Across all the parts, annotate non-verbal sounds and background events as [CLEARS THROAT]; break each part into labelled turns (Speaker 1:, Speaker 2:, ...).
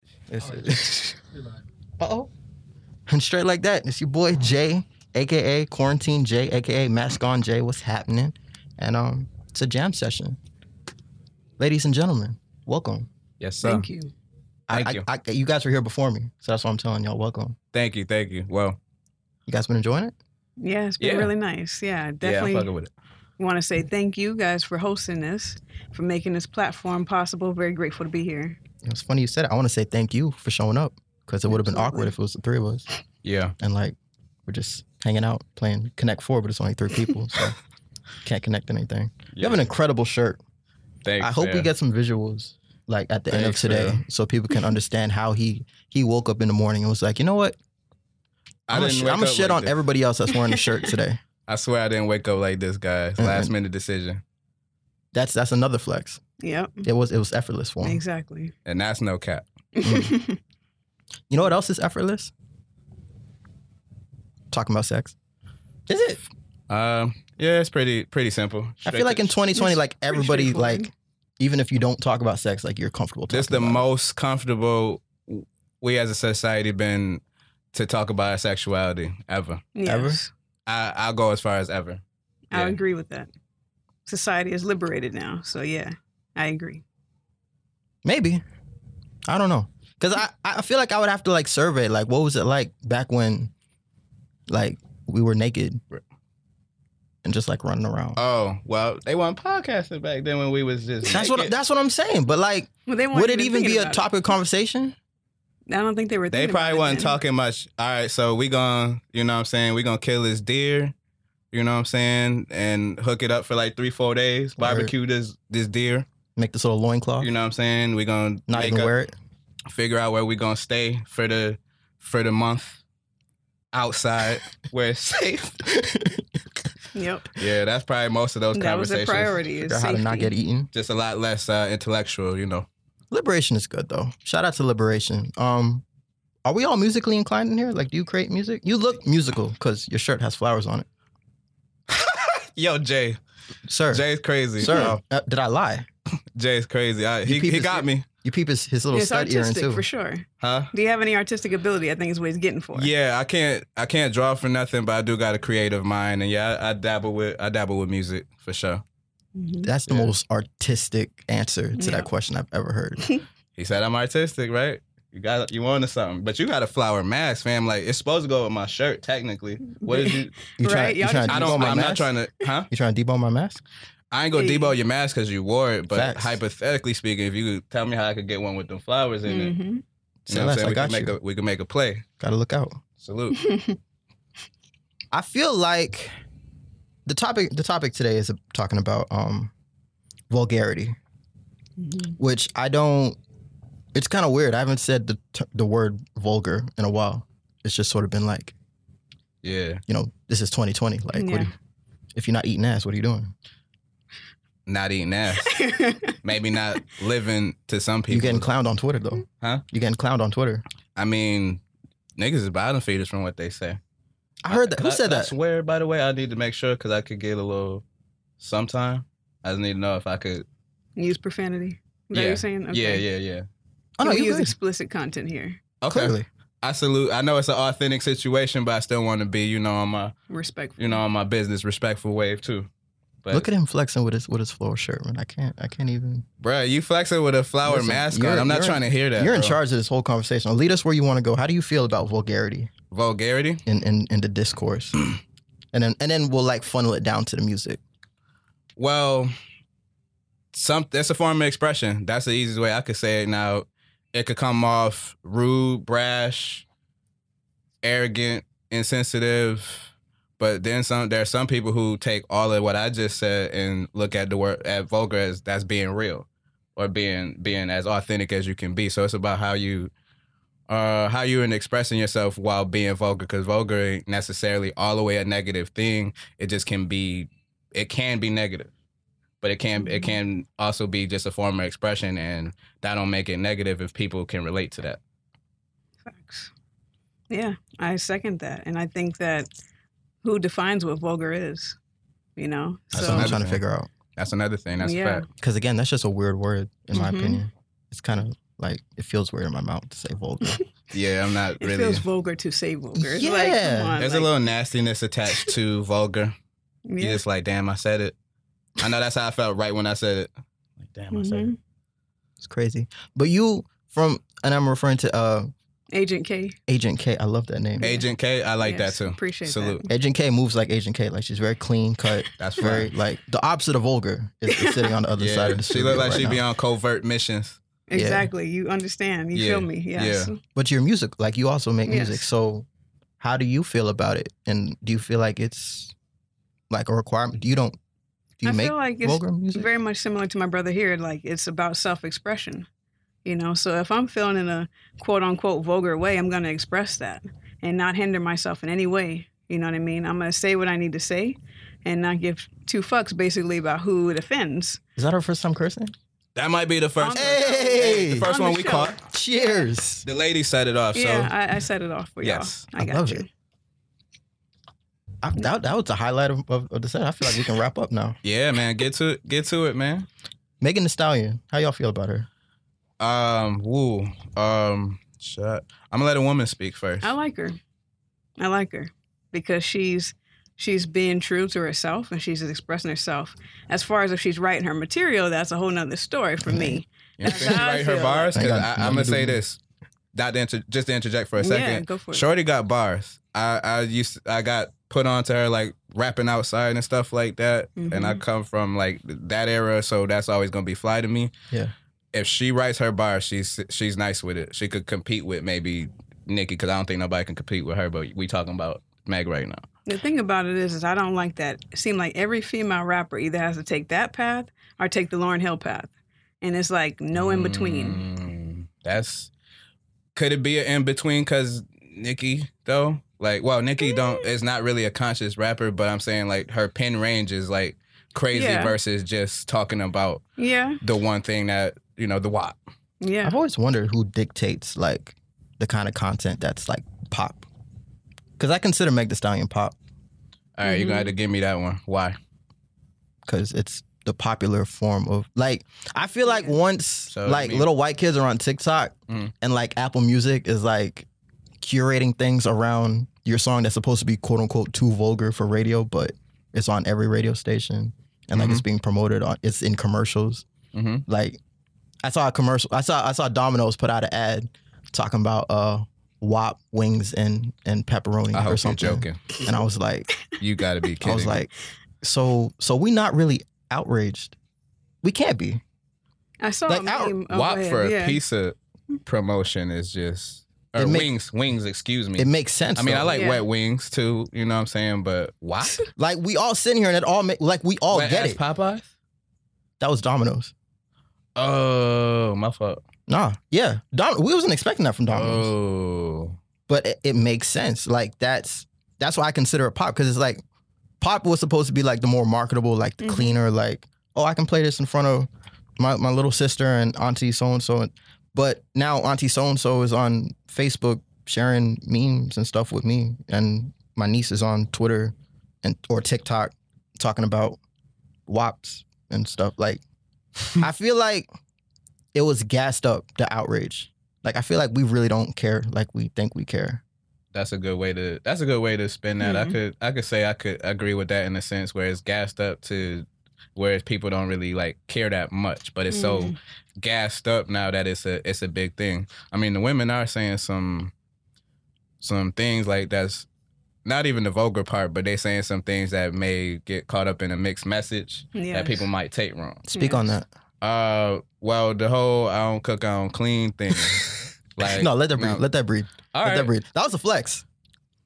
Speaker 1: [LAUGHS]
Speaker 2: It's,
Speaker 3: Uh oh.
Speaker 2: and straight like that. It's your boy Jay, aka Quarantine Jay, aka Mask On Jay. What's happening? And um, it's a jam session. Ladies and gentlemen, welcome.
Speaker 1: Yes, sir.
Speaker 3: Thank you.
Speaker 2: I-
Speaker 1: Thank
Speaker 2: I,
Speaker 1: you.
Speaker 2: I, you guys were here before me, so that's why I'm telling y'all welcome.
Speaker 1: Thank you. Thank you. Well,
Speaker 2: You guys been enjoying it?
Speaker 3: Yeah, it's been
Speaker 1: Yeah.
Speaker 3: really nice. Yeah, definitely
Speaker 1: yeah, I'm fucking with it.
Speaker 3: want to say thank you guys for hosting this, for making this platform possible. Very grateful to be here.
Speaker 2: It's funny you said it. I want to say thank you for showing up because it would have been awkward
Speaker 3: Absolutely.
Speaker 2: if it was the three of us
Speaker 1: Yeah.
Speaker 2: and like we're just hanging out playing Connect Four, but it's only three people,
Speaker 1: [LAUGHS]
Speaker 2: so can't connect anything. You have an incredible shirt.
Speaker 1: Thanks,
Speaker 2: I hope we
Speaker 1: man.
Speaker 2: get some visuals like at the end of
Speaker 1: Thanks,
Speaker 2: today
Speaker 1: man.
Speaker 2: so people can understand how he he woke up in the morning and was like, you know what?
Speaker 1: I
Speaker 2: I'm gonna
Speaker 1: didn't
Speaker 2: sh-
Speaker 1: wake
Speaker 2: I'm gonna
Speaker 1: up
Speaker 2: shit
Speaker 1: like
Speaker 2: on
Speaker 1: this.
Speaker 2: everybody else that's
Speaker 1: [LAUGHS]
Speaker 2: wearing the shirt today.
Speaker 1: I swear I didn't wake up like this, guys.
Speaker 2: Mm-mm.
Speaker 1: Last minute decision,
Speaker 2: That's that's another flex.
Speaker 3: Yep.
Speaker 2: It was it was effortless for him.
Speaker 3: Exactly.
Speaker 1: and that's no cap.
Speaker 2: You know what else is effortless? Talking about sex. Is it?
Speaker 1: Um, yeah, it's pretty pretty simple.
Speaker 2: I feel like in 2020,
Speaker 3: It's
Speaker 2: like
Speaker 3: pretty
Speaker 2: everybody,
Speaker 3: straightforward.
Speaker 2: like even if you don't talk about sex, like you're comfortable. Talking
Speaker 1: this the
Speaker 2: about it.
Speaker 1: most comfortable we as a society been to talk about our sexuality ever.
Speaker 3: [LAUGHS] yes.
Speaker 1: I I'll go as far as ever.
Speaker 3: I
Speaker 1: Yeah.
Speaker 3: agree with that. Society is liberated now. So, yeah, I agree.
Speaker 2: Maybe. I don't know. Cause I, I feel like I would have to like survey like what was it like back when like we were naked and just like running around.
Speaker 1: Oh well, they weren't podcasting back then when we was just.
Speaker 2: that's what
Speaker 1: naked.
Speaker 2: that's what I'm saying. But like
Speaker 3: Well, they weren't
Speaker 2: would it even be
Speaker 3: thinking
Speaker 2: a
Speaker 3: about it.
Speaker 2: topic of conversation?
Speaker 3: I don't think they were.
Speaker 1: They
Speaker 3: thinking about
Speaker 1: probably
Speaker 3: it
Speaker 1: wasn't
Speaker 3: then.
Speaker 1: talking much. All right, so we gonna, you know what I'm saying? We gonna kill this deer, you know what I'm saying? And hook it up for like three, four days,
Speaker 2: Word.
Speaker 1: barbecue this this deer,
Speaker 2: Make this little loincloth.
Speaker 1: you know what I'm saying? We gonna
Speaker 2: not
Speaker 1: make
Speaker 2: even
Speaker 1: a-
Speaker 2: wear
Speaker 1: [LAUGHS]
Speaker 2: it.
Speaker 1: figure out where we gonna stay for the for the month outside where it's safe.
Speaker 3: Yep.
Speaker 1: yeah, that's probably most of those
Speaker 3: That was
Speaker 1: conversations.
Speaker 3: their priority. Is
Speaker 2: Figure out how to not
Speaker 3: safety.
Speaker 2: get eaten.
Speaker 1: Just a lot less uh, intellectual, you know.
Speaker 2: Liberation is good though. Shout out to Liberation. Um are we all musically inclined in here? Like do you create music? You look musical because your shirt has flowers on it.
Speaker 1: Yo, Jay,
Speaker 2: Sir.
Speaker 1: Jay's crazy.
Speaker 2: sir, uh, did I lie?
Speaker 1: Jay's crazy. I, he
Speaker 2: peep
Speaker 1: he
Speaker 2: this
Speaker 1: got me,
Speaker 2: You peep his, his little
Speaker 3: it's
Speaker 2: stud earring
Speaker 3: artistic
Speaker 2: too.
Speaker 3: for sure.
Speaker 1: huh?
Speaker 3: Do you have any artistic ability? I think is what he's getting for.
Speaker 1: Yeah, I can't I can't draw for nothing, but I do got a creative mind, and yeah, I, I dabble with I dabble with music for sure.
Speaker 3: Mhm.
Speaker 2: That's the
Speaker 1: Yeah.
Speaker 2: most artistic answer to
Speaker 3: Yeah.
Speaker 2: that question I've ever heard.
Speaker 1: He said I'm artistic, right? You got you wanted something, but you got a flower mask, fam. Like it's supposed to go with my shirt, technically. What
Speaker 2: [LAUGHS]
Speaker 1: is you?
Speaker 2: You
Speaker 3: Right,
Speaker 2: trying, you
Speaker 3: y'all
Speaker 2: trying
Speaker 3: just-
Speaker 2: to
Speaker 1: I
Speaker 2: debone
Speaker 1: don't.
Speaker 2: my
Speaker 1: I'm
Speaker 2: mask?
Speaker 1: not trying to, huh?
Speaker 2: You trying to debone my mask?
Speaker 1: I ain't gonna
Speaker 3: Hey.
Speaker 1: debo your mask because you wore it, but
Speaker 2: Facts.
Speaker 1: hypothetically speaking, if you could tell me how I could get one with them flowers in it,
Speaker 3: Mhm.
Speaker 1: you
Speaker 2: Say
Speaker 1: know what I'm
Speaker 2: less,
Speaker 1: saying?
Speaker 2: I
Speaker 1: We
Speaker 2: got
Speaker 1: could make
Speaker 2: you.
Speaker 1: a we could make a play.
Speaker 2: Got to look out.
Speaker 1: Salute.
Speaker 2: I feel like the topic the topic today is talking about um, vulgarity,
Speaker 3: Mhm.
Speaker 2: which I don't. It's kind of weird. I haven't said the t- the word vulgar in a while. It's just sort of been like,
Speaker 1: yeah.
Speaker 2: you know, this is 2020. Like, what
Speaker 3: Yeah.
Speaker 2: do you, if you're not eating ass, what are you doing?
Speaker 1: Not eating ass.
Speaker 3: Mm-hmm.
Speaker 1: [LAUGHS] Maybe not living to some people.
Speaker 2: You getting clowned on Twitter though?
Speaker 3: Mm-hmm.
Speaker 1: Huh?
Speaker 2: You getting clowned on Twitter?
Speaker 1: I mean, niggas is bottom feeders from what they say.
Speaker 2: I heard that. Who
Speaker 1: I-
Speaker 2: said
Speaker 1: I
Speaker 2: that?
Speaker 1: swear, by the way, I need to make sure because I could get a little sometime. I just need to know if I could.
Speaker 3: Use profanity. Is that what
Speaker 1: Yeah.
Speaker 3: you're saying?
Speaker 1: Yeah,
Speaker 3: Okay.
Speaker 1: yeah, yeah.
Speaker 2: Oh no,
Speaker 3: we
Speaker 2: you
Speaker 3: use
Speaker 2: good.
Speaker 3: explicit content here.
Speaker 1: Okay.
Speaker 2: Clearly.
Speaker 1: I salute. I know it's an authentic situation, but I still want to be, you know, on my,
Speaker 3: Respectful.
Speaker 1: you know, on my business respectful wave too. But
Speaker 2: Look at him flexing with his with his floral shirt, man. I can't I can't even.
Speaker 1: bruh, you flexing with a flower
Speaker 2: Listen,
Speaker 1: mask
Speaker 2: you're-
Speaker 1: on. I'm not
Speaker 2: you're-
Speaker 1: trying to hear that.
Speaker 2: You're in
Speaker 1: bro.
Speaker 2: charge of this whole conversation. Lead us where you want to go. How do you feel about vulgarity
Speaker 1: Vulgarity.
Speaker 2: in in, in the
Speaker 1: [CLEARS THROAT]
Speaker 2: discourse? and then and then we'll like funnel it down to the music.
Speaker 1: Well, some that's a form of expression. That's the easiest way I could say it. Now, it could come off rude, brash, arrogant, insensitive. But then some. There are some people who take all of what I just said and look at the word at vulgar as that's being real, or being being as authentic as you can be. So it's about how you. Uh, how you in expressing yourself while being vulgar? Because vulgar ain't necessarily all the way a negative thing. It just can be it can be negative but it can it
Speaker 3: Mhm.
Speaker 1: can also be just a form of expression and that don't make it negative if people can relate to that
Speaker 3: Facts. Yeah, I second that, and I think that who defines what vulgar is, you know?
Speaker 2: That's
Speaker 1: That's
Speaker 2: what
Speaker 3: So
Speaker 2: I'm
Speaker 1: another
Speaker 2: trying to
Speaker 1: thing.
Speaker 2: figure out.
Speaker 1: that's another thing that's a
Speaker 3: Yeah.
Speaker 1: fact
Speaker 2: Because again, that's just a weird word in my
Speaker 3: Mhm.
Speaker 2: opinion. It's kind of Like it feels weird in my mouth to say vulgar.
Speaker 1: Yeah, I'm not
Speaker 3: It
Speaker 1: really.
Speaker 3: feels vulgar to say vulgar. It's like,
Speaker 2: Yeah.
Speaker 3: come on,
Speaker 1: There's a
Speaker 3: like,
Speaker 1: little nastiness attached
Speaker 3: [LAUGHS]
Speaker 1: to vulgar.
Speaker 3: yeah.
Speaker 1: You're just like, damn, I said it. I know that's how I felt right when I said it. Like, [LAUGHS] damn, I
Speaker 2: Mm-hmm.
Speaker 1: said it.
Speaker 3: Mhm.
Speaker 2: It's crazy. But you from and I'm referring to uh
Speaker 3: Agent K.
Speaker 2: Agent K. I love that name.
Speaker 3: [LAUGHS] Yeah.
Speaker 1: Agent K, I like
Speaker 3: Yes,
Speaker 1: that too.
Speaker 3: Appreciate
Speaker 1: Salute.
Speaker 2: Agent K moves like Agent K. Like she's very clean cut,
Speaker 1: That's
Speaker 2: very
Speaker 1: very.
Speaker 2: like the opposite of vulgar is, is sitting on the other side of
Speaker 1: [LAUGHS] Yeah,
Speaker 2: the
Speaker 1: she
Speaker 2: studio.
Speaker 1: looked like
Speaker 2: right
Speaker 1: she'd
Speaker 2: now.
Speaker 1: be on covert missions.
Speaker 3: that. Exactly. You understand. You
Speaker 1: Yeah.
Speaker 3: feel me. Yes.
Speaker 2: But your music, like you also make music.
Speaker 3: Yes.
Speaker 2: So how do you feel about it? And do you feel like it's like a requirement? You don't do you
Speaker 3: I
Speaker 2: make
Speaker 3: feel like it's
Speaker 2: vulgar music?
Speaker 3: very much similar to my brother here. Like it's about self-expression, you know. So if I'm feeling in a quote-unquote vulgar way, I'm going to express that and not hinder myself in any way. You know what I mean? I'm going to say what I need to say, and not give two fucks basically about who it offends.
Speaker 2: Is that our first time cursing?
Speaker 1: That might be the first.
Speaker 3: On the
Speaker 2: Hey!
Speaker 1: the first
Speaker 3: On
Speaker 1: one
Speaker 3: the
Speaker 1: we
Speaker 3: show.
Speaker 1: caught.
Speaker 2: Cheers.
Speaker 1: The lady set it off.
Speaker 3: yeah,
Speaker 1: Uh, so
Speaker 3: I, I set it off for y'all.
Speaker 1: Yes.
Speaker 2: I
Speaker 3: I got
Speaker 2: love
Speaker 3: you.
Speaker 2: it. I, that, that was the highlight of, of, of the set. I feel like we can wrap up now.
Speaker 1: yeah, man, get to it. Get to it, man.
Speaker 2: Megan Thee Stallion, how y'all feel about her?
Speaker 1: Um, woo. Um, shut. I'm gonna let a woman speak first.
Speaker 3: I like her. I like her because she's she's being true to herself and she's expressing herself. As far as if she's writing her material, that's a whole nother story for me.
Speaker 1: You know,
Speaker 3: That's
Speaker 1: she
Speaker 3: how I
Speaker 1: write her
Speaker 3: feel.
Speaker 1: bars.
Speaker 2: Hang
Speaker 1: 'Cause
Speaker 2: on,
Speaker 1: I,
Speaker 2: let
Speaker 1: I'm
Speaker 2: me
Speaker 1: gonna
Speaker 2: do
Speaker 1: say
Speaker 2: mine.
Speaker 1: this. Not to inter- just to interject for a
Speaker 3: Yeah,
Speaker 1: second.
Speaker 3: go for it.
Speaker 1: Shorty got bars. I I used I got put on to her like rapping outside and stuff like that. And I come from like that era, so that's always gonna be fly to me.
Speaker 2: Yeah.
Speaker 1: If she writes her bars, she's she's nice with it. She could compete with maybe Nikki because I don't think nobody can compete with her. But we talking about Meg right now.
Speaker 3: The thing about it is, is I don't like that. It seemed like every female rapper either has to take that path or take the Lauren Hill path, and it's like no in between.
Speaker 1: Mm, that's could it be an in between? Because Nikki though, like, well, Nikki
Speaker 3: Mm.
Speaker 1: don't is not really a conscious rapper, but I'm saying like her pen range is like crazy
Speaker 3: Yeah.
Speaker 1: versus just talking about
Speaker 3: Yeah,
Speaker 1: the one thing that you know the WAP.
Speaker 3: yeah.
Speaker 2: I've always wondered who dictates like the kind of content that's like pop. Because I consider Meg Thee Stallion pop
Speaker 1: All right,
Speaker 3: Mm-hmm.
Speaker 1: you're gonna have to give me that one. Why?
Speaker 2: because it's the popular form of like I feel like
Speaker 3: Yeah.
Speaker 2: once
Speaker 1: So,
Speaker 2: like
Speaker 1: I mean-
Speaker 2: little white kids are on TikTok
Speaker 1: Mhm.
Speaker 2: and like Apple Music is like curating things around your song that's supposed to be quote unquote too vulgar for radio, but it's on every radio station and
Speaker 1: Mm-hmm.
Speaker 2: like it's being promoted on it's in commercials.
Speaker 1: Mhm.
Speaker 2: Like I saw a commercial I saw I saw Domino's put out an ad talking about uh WAP wings and and pepperoni
Speaker 1: I
Speaker 2: or
Speaker 1: hope you're
Speaker 2: something.
Speaker 1: joking.
Speaker 2: And I was like
Speaker 1: You gotta be
Speaker 2: [LAUGHS]
Speaker 1: kidding.
Speaker 2: I was like, so so we not really outraged. We can't be.
Speaker 3: I saw
Speaker 2: like,
Speaker 3: a
Speaker 2: our
Speaker 3: meme. oh,
Speaker 1: WAP
Speaker 3: go ahead.
Speaker 1: for a
Speaker 3: yeah.
Speaker 1: piece of promotion is just or
Speaker 2: It make-
Speaker 1: wings, wings. Excuse me.
Speaker 2: It makes sense.
Speaker 1: I mean, I
Speaker 2: though.
Speaker 1: like
Speaker 3: Yeah.
Speaker 1: wet wings too. You know what I'm saying? But WAP.
Speaker 2: like we all sitting here and it all make like we all
Speaker 1: Wet
Speaker 2: Oh, get
Speaker 1: ass
Speaker 2: it.
Speaker 1: Popeyes.
Speaker 2: that was Domino's.
Speaker 1: Oh, my fault.
Speaker 2: Nah, yeah, Dom- we wasn't expecting that from Domino's,
Speaker 1: Oh.
Speaker 2: but it, it makes sense. Like that's that's why I consider it pop because it's like pop was supposed to be like the more marketable, like the
Speaker 3: Mhm.
Speaker 2: cleaner, like oh I can play this in front of my my little sister and auntie so and so, but now auntie so and so is on Facebook sharing memes and stuff with me, and my niece is on Twitter and or TikTok talking about wops and stuff. Like, I feel like it was gassed up the outrage. Like, I feel like we really don't care. Like, we think we care.
Speaker 1: That's a good way to that's a good way to spin that. I could I could say I could agree with that in a sense where it's gassed up to where people don't really like care that much, but it's so
Speaker 3: Mm.
Speaker 1: gassed up now that it's a it's a big thing. I mean, the women are saying some some things like that's not even the vulgar part, but they saying some things that may get caught up in a mixed message
Speaker 3: Yes.
Speaker 1: that people might take wrong.
Speaker 2: Speak
Speaker 3: Yeah.
Speaker 2: on that. [LAUGHS]
Speaker 1: Uh, well, the whole I don't cook, I don't clean thing. like,
Speaker 2: no, let that breathe.
Speaker 1: no.
Speaker 2: Let that breathe.
Speaker 1: all
Speaker 2: let
Speaker 1: right,
Speaker 2: that breathe. That was a flex.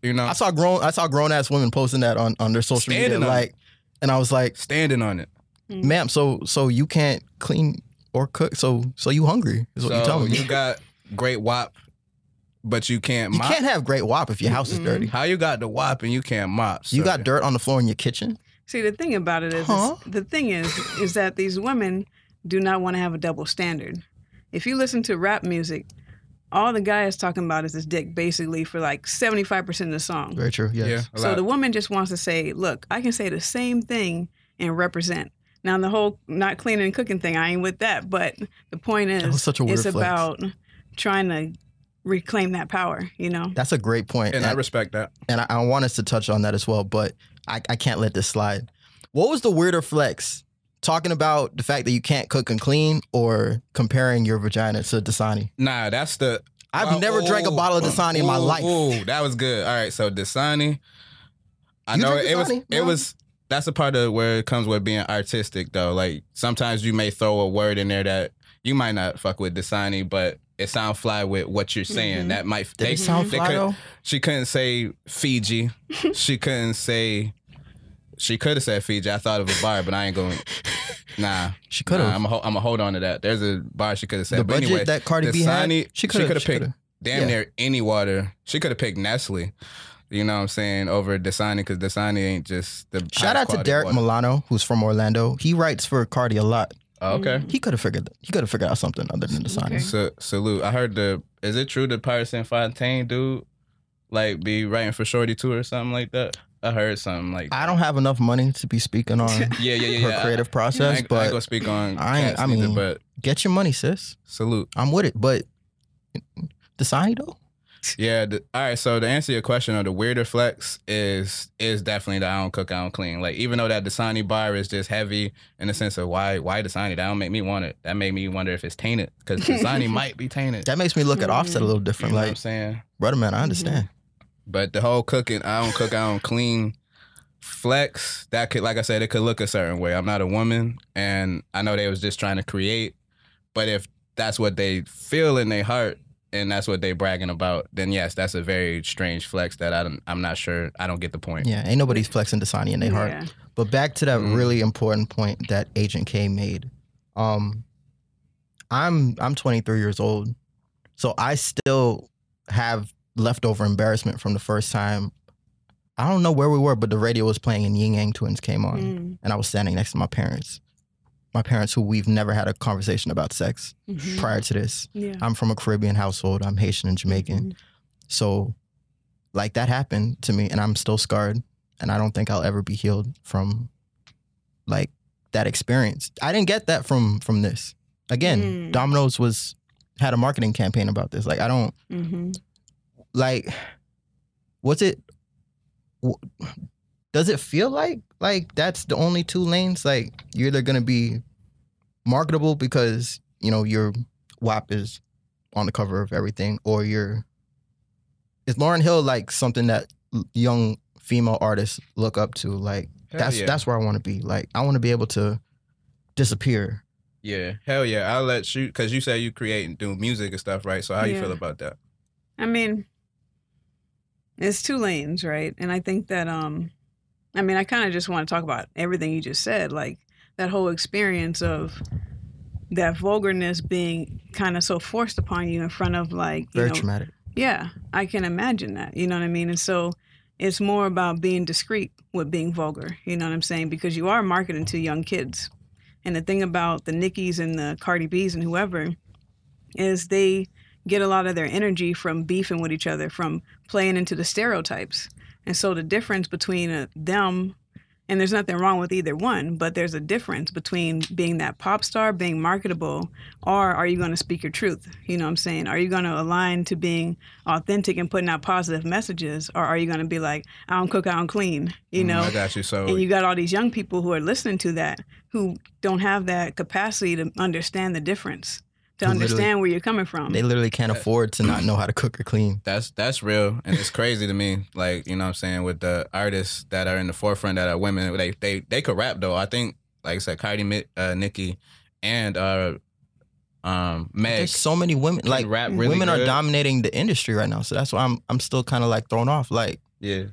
Speaker 1: you know,
Speaker 2: I saw grown. I saw grown ass women posting that on on their social
Speaker 1: Uh, Standing
Speaker 2: media.
Speaker 1: on it.
Speaker 2: Like, and I was like,
Speaker 1: standing on it.
Speaker 3: Mm.
Speaker 2: ma'am, so so you can't clean or cook. So so you hungry is what
Speaker 1: so
Speaker 2: you telling me.
Speaker 1: you got great wop, but you can't
Speaker 2: You
Speaker 1: mop.
Speaker 2: can't have great wop if your house is
Speaker 3: Mm-mm.
Speaker 2: dirty.
Speaker 1: How you got the wop and you can't mop?
Speaker 2: You got
Speaker 1: sir?
Speaker 2: dirt on the floor in your kitchen.
Speaker 3: See, the thing about it is, is-
Speaker 2: Huh?
Speaker 3: the thing is, is that these women do not want to have a double standard. If you listen to rap music, all the guy is talking about is his dick, basically for like seventy five percent of the song.
Speaker 2: Very true. Yes.
Speaker 1: Yeah, a
Speaker 3: So
Speaker 1: lot.
Speaker 3: the woman just wants to say, look, I can say the same thing and represent. Now the whole not cleaning and cooking thing, I ain't with that. But the point
Speaker 2: That was
Speaker 3: is,
Speaker 2: such a weird
Speaker 3: it's
Speaker 2: flex.
Speaker 3: about trying to reclaim that power. You know,
Speaker 2: That's a great point,
Speaker 1: And I
Speaker 2: and,
Speaker 1: respect that.
Speaker 2: and I, I want us to touch on that as well. But I, I can't let this slide. What was the weirder flex? Talking about the fact that you can't cook and clean, or comparing your vagina to Dasani.
Speaker 1: Nah, that's the.
Speaker 2: I've
Speaker 1: Oh,
Speaker 2: never drank a
Speaker 1: ooh,
Speaker 2: bottle of Dasani in my
Speaker 1: ooh,
Speaker 2: life.
Speaker 1: Ooh, that was good. All right, so Dasani. I
Speaker 2: You
Speaker 1: know
Speaker 2: drink
Speaker 1: it was.
Speaker 2: Dasani,
Speaker 1: It
Speaker 2: bro?
Speaker 1: was. That's a part of where it comes with being artistic, though. Like sometimes you may throw a word in there that you might not fuck with Dasani, but it sound fly with what you're saying.
Speaker 2: Mm-hmm.
Speaker 3: Mhm.
Speaker 1: That might.
Speaker 2: Did
Speaker 1: they-
Speaker 2: it sound
Speaker 1: they
Speaker 2: fly
Speaker 1: could-
Speaker 2: though?
Speaker 1: She couldn't say
Speaker 2: [LAUGHS]
Speaker 1: Fiji. she couldn't say. She could have said Fiji. I thought of a bar, but I
Speaker 2: [LAUGHS]
Speaker 1: ain't going. Nah,
Speaker 2: She could
Speaker 1: nah
Speaker 2: have.
Speaker 1: I'm gonna I'm hold on to that. There's a bar she could have said.
Speaker 2: the
Speaker 1: but
Speaker 2: budget
Speaker 1: anyway,
Speaker 2: that Cardi B had,
Speaker 1: Dasani-
Speaker 2: she
Speaker 1: she
Speaker 2: could have
Speaker 1: coulda picked- damn
Speaker 2: Yeah.
Speaker 1: near any water. She could have picked Nestle. You know what I'm saying? Over Dasani because Dasani ain't just the
Speaker 2: Shout
Speaker 1: highest
Speaker 2: out to
Speaker 1: quality
Speaker 2: Derek
Speaker 1: water.
Speaker 2: Milano, who's from Orlando. He writes for Cardi a lot.
Speaker 1: Oh, okay.
Speaker 3: Mm-hmm.
Speaker 2: He could have figured he could have figured out something other than Dasani.
Speaker 3: Okay.
Speaker 1: So, salute. I heard the. Is it true that Paris and Fontaine dude like be writing for Shorty too or something like that? I heard something like.
Speaker 2: I don't have enough money to be speaking on
Speaker 1: [LAUGHS] Yeah, yeah, yeah.
Speaker 2: her
Speaker 1: yeah.
Speaker 2: creative
Speaker 1: I,
Speaker 2: process,
Speaker 1: ain't- I ain't
Speaker 2: but
Speaker 1: gonna speak on.
Speaker 2: I
Speaker 1: I
Speaker 2: ain't- I mean-
Speaker 1: mean, but
Speaker 2: get your money, sis.
Speaker 1: salute.
Speaker 2: I'm with it. But Dasani though,
Speaker 1: Yeah. The, all right. So to answer your question, of the weirder flex is is definitely the I don't cook, I don't clean. Like even though that Dasani bar is just heavy in the sense of why why Dasani, that don't make me want it. That made me wonder if it's tainted
Speaker 2: [LAUGHS]
Speaker 1: because Dasani might be tainted.
Speaker 2: that makes me look at
Speaker 3: Mhm.
Speaker 2: Offset a little
Speaker 1: you
Speaker 2: different.
Speaker 1: know what I'm
Speaker 2: Like,
Speaker 1: saying.
Speaker 2: brother man, I understand.
Speaker 1: But the whole cooking, I don't cook, I don't clean flex that could like I said, it could look a certain way. I'm not a woman, and I know they was just trying to create. But if that's what they feel in their heart and that's what they bragging about, then yes, that's a very strange flex that I don't, I'm not sure. I don't get the point.
Speaker 2: Yeah, ain't nobody's flexing Dasani in their heart.
Speaker 3: Yeah.
Speaker 2: But back to that
Speaker 1: Mhm.
Speaker 2: really important point that Agent K made. Um, I'm I'm 23 years old, so I still have leftover embarrassment from the first time. I don't know where we were, but the radio was playing and Ying Yang Twins came on,
Speaker 3: Mm,
Speaker 2: and I was standing next to my parents, my parents who we've never had a conversation about sex
Speaker 3: mhm.
Speaker 2: prior to this.
Speaker 3: Yeah.
Speaker 2: I'm from a Caribbean household. I'm Haitian and Jamaican.
Speaker 3: Mhm.
Speaker 2: So, like that happened to me, and I'm still scarred, and I don't think I'll ever be healed from, like, that experience. I didn't get that from from this. Again,
Speaker 3: Mm.
Speaker 2: Domino's was had a marketing campaign about this. Like, I don't
Speaker 3: Mhm.
Speaker 2: like. What's it? w- Does it feel like like that's the only two lanes? Like you're either gonna be marketable because you know your WAP is on the cover of everything, or you're is Lauren Hill like something that l- young female artists look up to? Like
Speaker 1: Hell
Speaker 2: that's
Speaker 1: yeah.
Speaker 2: that's where I want to be. Like I want to be able to disappear.
Speaker 1: yeah. Hell yeah. I'll let you, because you say you create and do music and stuff, right? So how you
Speaker 3: Yeah.
Speaker 1: feel about that?
Speaker 3: I mean, it's two lanes, right? And I think that, um, I mean, I kind of just want to talk about everything you just said, like that whole experience of that vulgarness being kind of so forced upon you in front of like, you
Speaker 2: Very
Speaker 3: know,
Speaker 2: traumatic.
Speaker 3: yeah, I can imagine that. You know what I mean? And so it's more about being discreet with being vulgar. You know what I'm saying? Because you are marketing to young kids. And the thing about the Nickies and the Cardi B's and whoever is they get a lot of their energy from beefing with each other, from playing into the stereotypes. And so the difference between uh, them, and there's nothing wrong with either one, but there's a difference between being that pop star, being marketable, or are you going to speak your truth? You know what I'm saying? Are you going to align to being authentic and putting out positive messages, or are you going to be like, I don't cook, I don't clean? You
Speaker 1: Mm,
Speaker 3: know?
Speaker 1: I got you.
Speaker 2: Oh,
Speaker 1: So
Speaker 3: and you got all these young people who are listening to that who don't have that capacity to understand the difference to
Speaker 2: Who literally-
Speaker 3: understand where you're coming from
Speaker 2: They literally can't afford to not know how to cook or clean.
Speaker 1: That's that's real, and it's crazy to me. Like you know, what I'm saying with the artists that are in the forefront that are women, they they they could rap though. I think, like I said, Cardi, Mi- uh, Nicki, and uh, um, Meg
Speaker 2: There's so many women
Speaker 1: can
Speaker 2: like
Speaker 1: rap really
Speaker 2: women are
Speaker 1: good.
Speaker 2: dominating the industry right now. So that's why I'm I'm still kind of like thrown off. Like
Speaker 1: Yeah,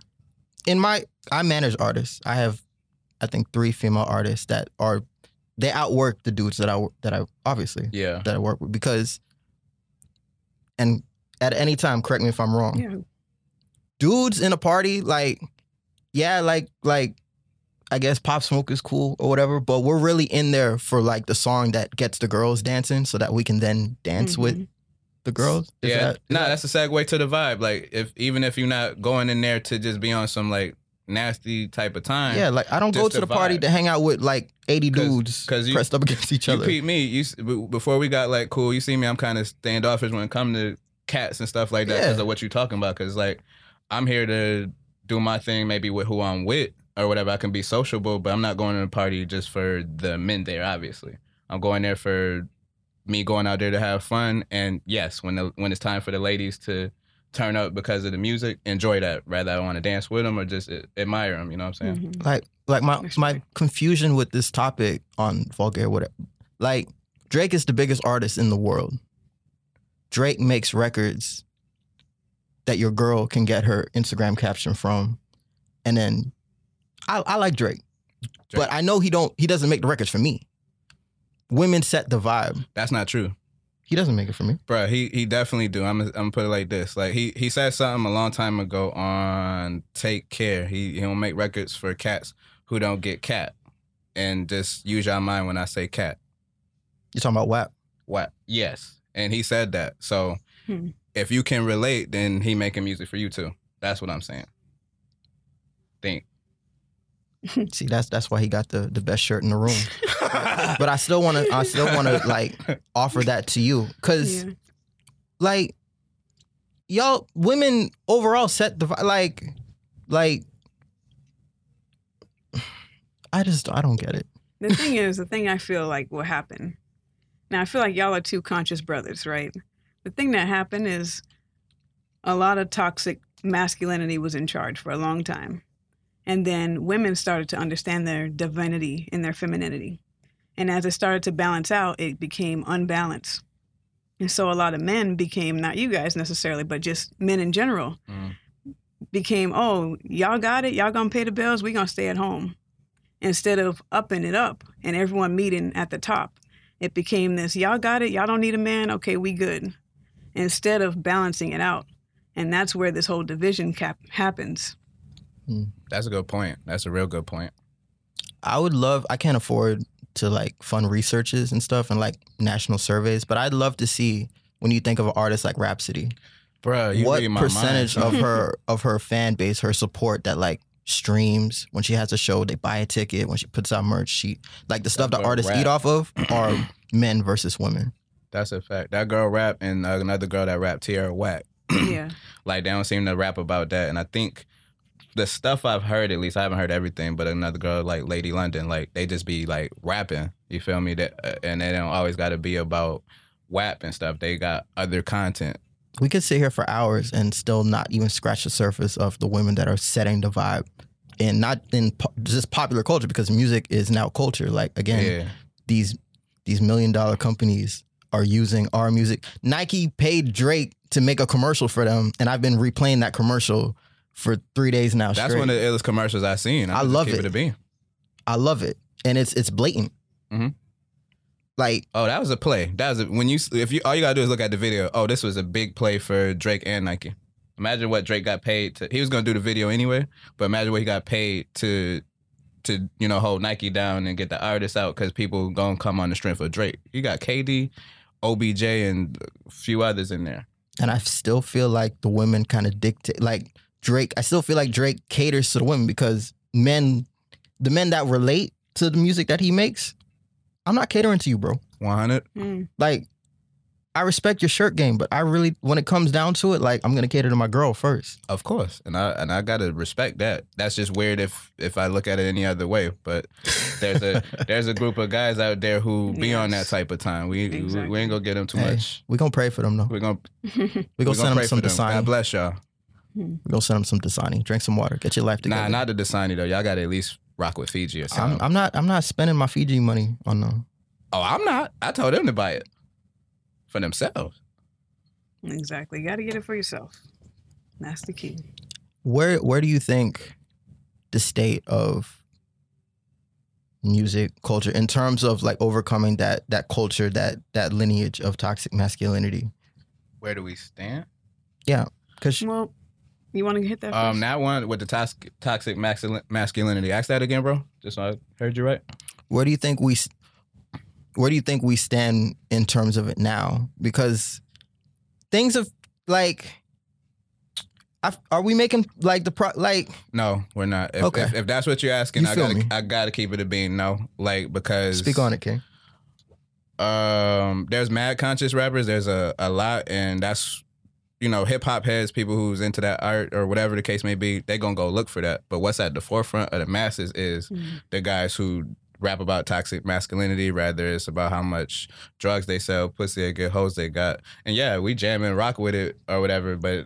Speaker 2: in my I manage artists. I have I think three female artists that are they outwork the dudes that I wo- that I obviously
Speaker 1: yeah.
Speaker 2: that I work with because and at any time, correct me if I'm wrong.
Speaker 3: yeah
Speaker 2: Dudes in a party, like yeah, like like I guess pop smoke is cool or whatever, but we're really in there for like the song that gets the girls dancing so that we can then dance with
Speaker 3: Mhm.
Speaker 2: the girls. Is
Speaker 1: yeah,
Speaker 2: that-
Speaker 1: nah, that's a segue to the vibe. Like, if even if you're not going in there to just be on some like nasty type of time.
Speaker 2: Yeah, like I don't go
Speaker 1: Just
Speaker 2: to the
Speaker 1: the
Speaker 2: party
Speaker 1: vibe.
Speaker 2: to hang out with like eighty
Speaker 1: 'Cause-
Speaker 2: dudes
Speaker 1: 'cause you-
Speaker 2: pressed up against each
Speaker 1: You
Speaker 2: other.
Speaker 1: peep me. You s- b- before we got like cool. You see me. I'm kind of standoffish when it comes to cats and stuff like that because
Speaker 2: Yeah.
Speaker 1: of what you're talking about. Because like I'm here to do my thing, maybe with who I'm with or whatever. I can be sociable, but I'm not going to the party just for the men there. Obviously, I'm going there for me going out there to have fun. And yes, when the, when it's time for the ladies to turn up because of the music, enjoy that. Rather, I want to dance with them or just uh, admire them. You know what I'm saying?
Speaker 3: Mhm.
Speaker 2: like like my
Speaker 3: Respect.
Speaker 2: my confusion with this topic on vulgar whatever like drake is the biggest artist in the world drake makes records that your girl can get her instagram caption from and then i, I like drake,
Speaker 1: Drake.
Speaker 2: but i know he don't he doesn't make the records for me women set the vibe
Speaker 1: That's not true.
Speaker 2: he doesn't make it for me
Speaker 1: Bro, he he definitely do. I'm I'm gonna put it like this. Like he he said something a long time ago on Take Care. He he don't make records for cats who don't get cat. And just use your mind when I say cat.
Speaker 2: you're talking about WAP.
Speaker 1: What? Yes. And he said that. So
Speaker 3: Hmm.
Speaker 1: if you can relate, then he making music for you too. That's what I'm saying.
Speaker 2: [LAUGHS]
Speaker 1: Think.
Speaker 2: see that's that's why he got the the best shirt in the room but i still want to i still want to like offer that to you because
Speaker 3: Yeah.
Speaker 2: like y'all women overall set the vi- like like [SIGHS] i just i don't get it
Speaker 3: The thing is, the thing I feel like will happen. Now I feel like y'all are two conscious brothers, right? The thing that happened is a lot of toxic masculinity was in charge for a long time. And then women started to understand their divinity and their femininity. And as it started to balance out, it became unbalanced. And so a lot of men became, not you guys necessarily, but just men in general,
Speaker 1: Mm.
Speaker 3: became, oh, y'all got it, y'all gonna pay the bills, we gonna stay at home. Instead of upping it up and everyone meeting at the top, it became this, y'all got it, y'all don't need a man, okay, we good. Instead of balancing it out. And that's where this whole division cap happens. [CLEARS THROAT]
Speaker 1: That's a good point. That's a real good point.
Speaker 2: i would love i can't afford to like fund researches and stuff and like national surveys but i'd love to see when you think of an artist like rhapsody
Speaker 1: Bro, Uh, you
Speaker 2: what
Speaker 1: read my
Speaker 2: percentage
Speaker 1: mind,
Speaker 2: of her of her fan base her support that like streams when she has a show they buy a ticket when she puts out merch she like the stuff
Speaker 1: That's
Speaker 2: that
Speaker 1: a
Speaker 2: artists
Speaker 1: wrap.
Speaker 2: eat off
Speaker 1: [CLEARS THROAT]
Speaker 2: of are men versus women
Speaker 1: [LAUGHS] That's a fact. That girl rap and uh, another girl that rap Tierra Whack.
Speaker 3: yeah.
Speaker 1: Like they don't seem to rap about that. And I think the stuff I've heard, at least I haven't heard everything, but another girl like Lady London, like they just be like rapping. You feel me? That uh, and they don't always got to be about WAP and stuff. They got other content.
Speaker 2: we could sit here for hours and still not even scratch the surface of the women that are setting the vibe and not in po- just popular culture because music is now culture like again
Speaker 1: Yeah,
Speaker 2: these these million dollar companies are using our music nike paid drake to make a commercial for them and i've been replaying that commercial for three days now
Speaker 1: that's
Speaker 2: straight.
Speaker 1: one of the illest commercials I've seen.
Speaker 2: I
Speaker 1: just
Speaker 2: love
Speaker 1: keep
Speaker 2: it.
Speaker 1: to be.
Speaker 2: i love it and it's it's blatant
Speaker 1: Mhm.
Speaker 2: like
Speaker 1: Oh, that was a play. That was a, when you s- if you all you gotta do is look at the video. Oh, this was a big play for Drake and Nike. Imagine what Drake got paid to. He was gonna do the video anyway, but imagine what he got paid to to you know hold Nike down and get the artists out because people gonna come on the strength of Drake. You got KD, OBJ, and a few others in there.
Speaker 2: and I still feel like the women kind of dictate. Like Drake, I still feel like Drake caters to the women because men, the men that relate to the music that he makes, I'm not catering to you, bro.
Speaker 1: One hundred.
Speaker 3: [LAUGHS] Mm.
Speaker 2: Like, I respect your shirt game, but I really, when it comes down to it, like I'm gonna cater to my girl first.
Speaker 1: Of course, and I and I gotta respect that. That's just weird if if I look at it any other way. But there's a there's a group of guys out there who be on that
Speaker 3: Yes.
Speaker 1: type of time. We we- we,
Speaker 3: Exactly.
Speaker 1: ain't gonna get them too
Speaker 2: Hey.
Speaker 1: much.
Speaker 2: [LAUGHS] We gonna pray for them though.
Speaker 1: We're gonna
Speaker 2: We gonna
Speaker 1: we
Speaker 2: send them
Speaker 1: pray
Speaker 2: some
Speaker 1: for them. God
Speaker 2: Dasani.
Speaker 1: bless y'all.
Speaker 2: We gonna send them some Dasani. Drink some water. Get your life together.
Speaker 1: Nah, not the Dasani though. Y'all gotta at least rock with Fiji or
Speaker 2: I'm,
Speaker 1: something.
Speaker 2: I'm not. I'm not spending my Fiji money on them.
Speaker 1: oh, I'm not. I told them to buy it for themselves.
Speaker 3: exactly. Got to get it for yourself. That's the key.
Speaker 2: where where do you think the state of music culture in terms of like overcoming that that culture that that lineage of toxic masculinity
Speaker 1: Where do we stand?
Speaker 2: because
Speaker 3: Well, you want to hit that first?
Speaker 1: Um, that one with the toxic toxic maxil- masculinity. Ask that again, bro. Just so I heard you right.
Speaker 2: where do you think we s- where do you think we stand in terms of it now because things have like I, are we making like the pro like
Speaker 1: No, we're not. If,
Speaker 2: Okay.
Speaker 1: if, if that's what you're asking,
Speaker 2: You
Speaker 1: I
Speaker 2: feel
Speaker 1: gotta
Speaker 2: me?
Speaker 1: I gotta keep it a bean. No, like because
Speaker 2: speak on it, King?
Speaker 1: Um, there's mad conscious rappers. There's a a lot, and that's you know hip hop heads, people who's into that art or whatever the case may be. They gonna go look for that. But what's at the forefront of the masses is
Speaker 3: Mhm.
Speaker 1: the guys who rap about toxic masculinity. Rather, it's about how much drugs they sell, pussy they get, hoes they got, and yeah, we jam and rock with it or whatever. But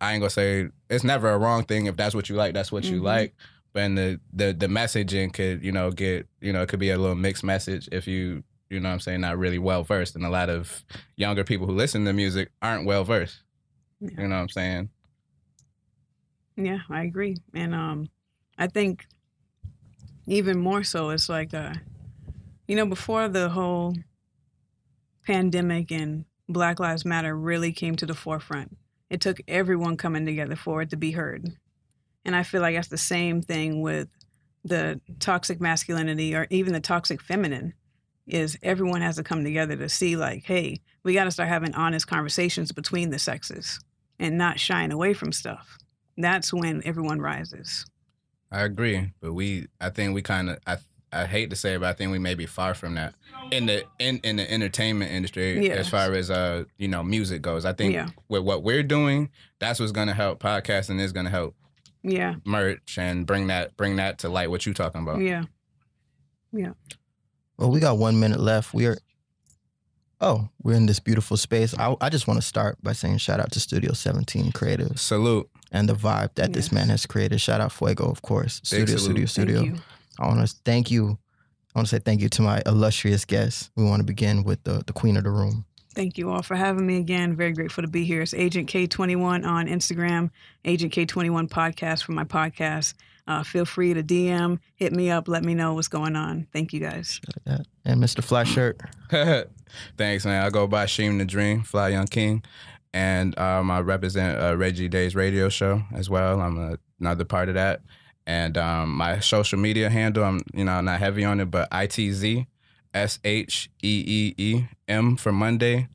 Speaker 1: I ain't gonna say it's never a wrong thing. If that's what you like, that's what you
Speaker 3: Mhm.
Speaker 1: like. And the, the the messaging could you know get you know it could be a little mixed message if you you know what I'm saying not really well versed and a lot of younger people who listen to music aren't well versed
Speaker 3: Yeah.
Speaker 1: you know what I'm saying
Speaker 3: Yeah, I agree. And um, I think even more so, it's like, uh, you know, before the whole pandemic and Black Lives Matter really came to the forefront, it took everyone coming together for it to be heard. And I feel like that's the same thing with the toxic masculinity or even the toxic feminine is everyone has to come together to see like hey we got to start having honest conversations between the sexes and not shying away from stuff that's when everyone rises.
Speaker 1: I agree but we I think we kind of I I hate to say it but I think we may be far from that in the in in the entertainment industry
Speaker 3: Yes.
Speaker 1: as far as uh you know music goes I think
Speaker 3: Yeah.
Speaker 1: with what we're doing that's what's gonna help podcasting is gonna help
Speaker 3: Yeah,
Speaker 1: merch and bring that bring that to light what you talking about
Speaker 3: yeah.
Speaker 2: Well, we got one minute left. We are. Oh, we're in this beautiful space. I, I just want to start by saying shout out to Studio 17 Creatives
Speaker 1: salute
Speaker 2: and the vibe that this
Speaker 3: Yes.
Speaker 2: man has created. Shout out Fuego, of course.
Speaker 1: Big
Speaker 2: Studio,
Speaker 1: salute.
Speaker 2: studio, studio.
Speaker 3: Thank you.
Speaker 2: I want to thank you. I want to say thank you to my illustrious guests. We want to begin with the, the queen of the room.
Speaker 3: Thank you all for having me again. Very grateful to be here. It's Agent K21 on Instagram, Agent K21 podcast for my podcast. Uh, feel free to DM, hit me up, let me know what's going on. Thank you guys.
Speaker 2: Look at that. And Mr. Fly Shirt.
Speaker 1: [LAUGHS] Thanks, man. I go by Sheem the Dream, Fly Young King, and um, I represent uh, Reggie Day's radio show as well. I'm a, another part of that, and um, my social media handle. I'm you know not heavy on it, but itz s h e e e m for Monday,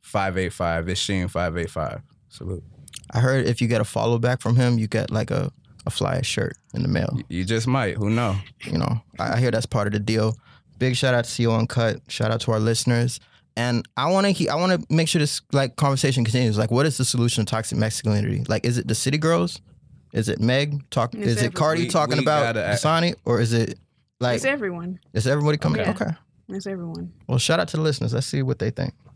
Speaker 1: five eight five. It's Sheem five eight five. Salute.
Speaker 2: I heard if you get a follow back from him, you get like a, a Fly shirt in the mail.
Speaker 1: You just might. Who know?
Speaker 2: you know, I I hear that's part of the deal. Big shout out to CO Uncut. Shout out to our listeners. And I want to keep, I want to make sure this like conversation continues. Like, what is the solution to toxic masculinity? Like, is it the city girls? Is it Meg talk?
Speaker 3: It's
Speaker 2: is it Cardi
Speaker 1: everyone. We-
Speaker 2: talking
Speaker 1: we
Speaker 2: about
Speaker 1: gotta-
Speaker 2: Dasani, or is it like
Speaker 3: it's everyone.
Speaker 2: is everybody coming?
Speaker 3: Yeah.
Speaker 2: Okay.
Speaker 3: It's everyone.
Speaker 2: Well, shout out to the listeners. Let's see what they think.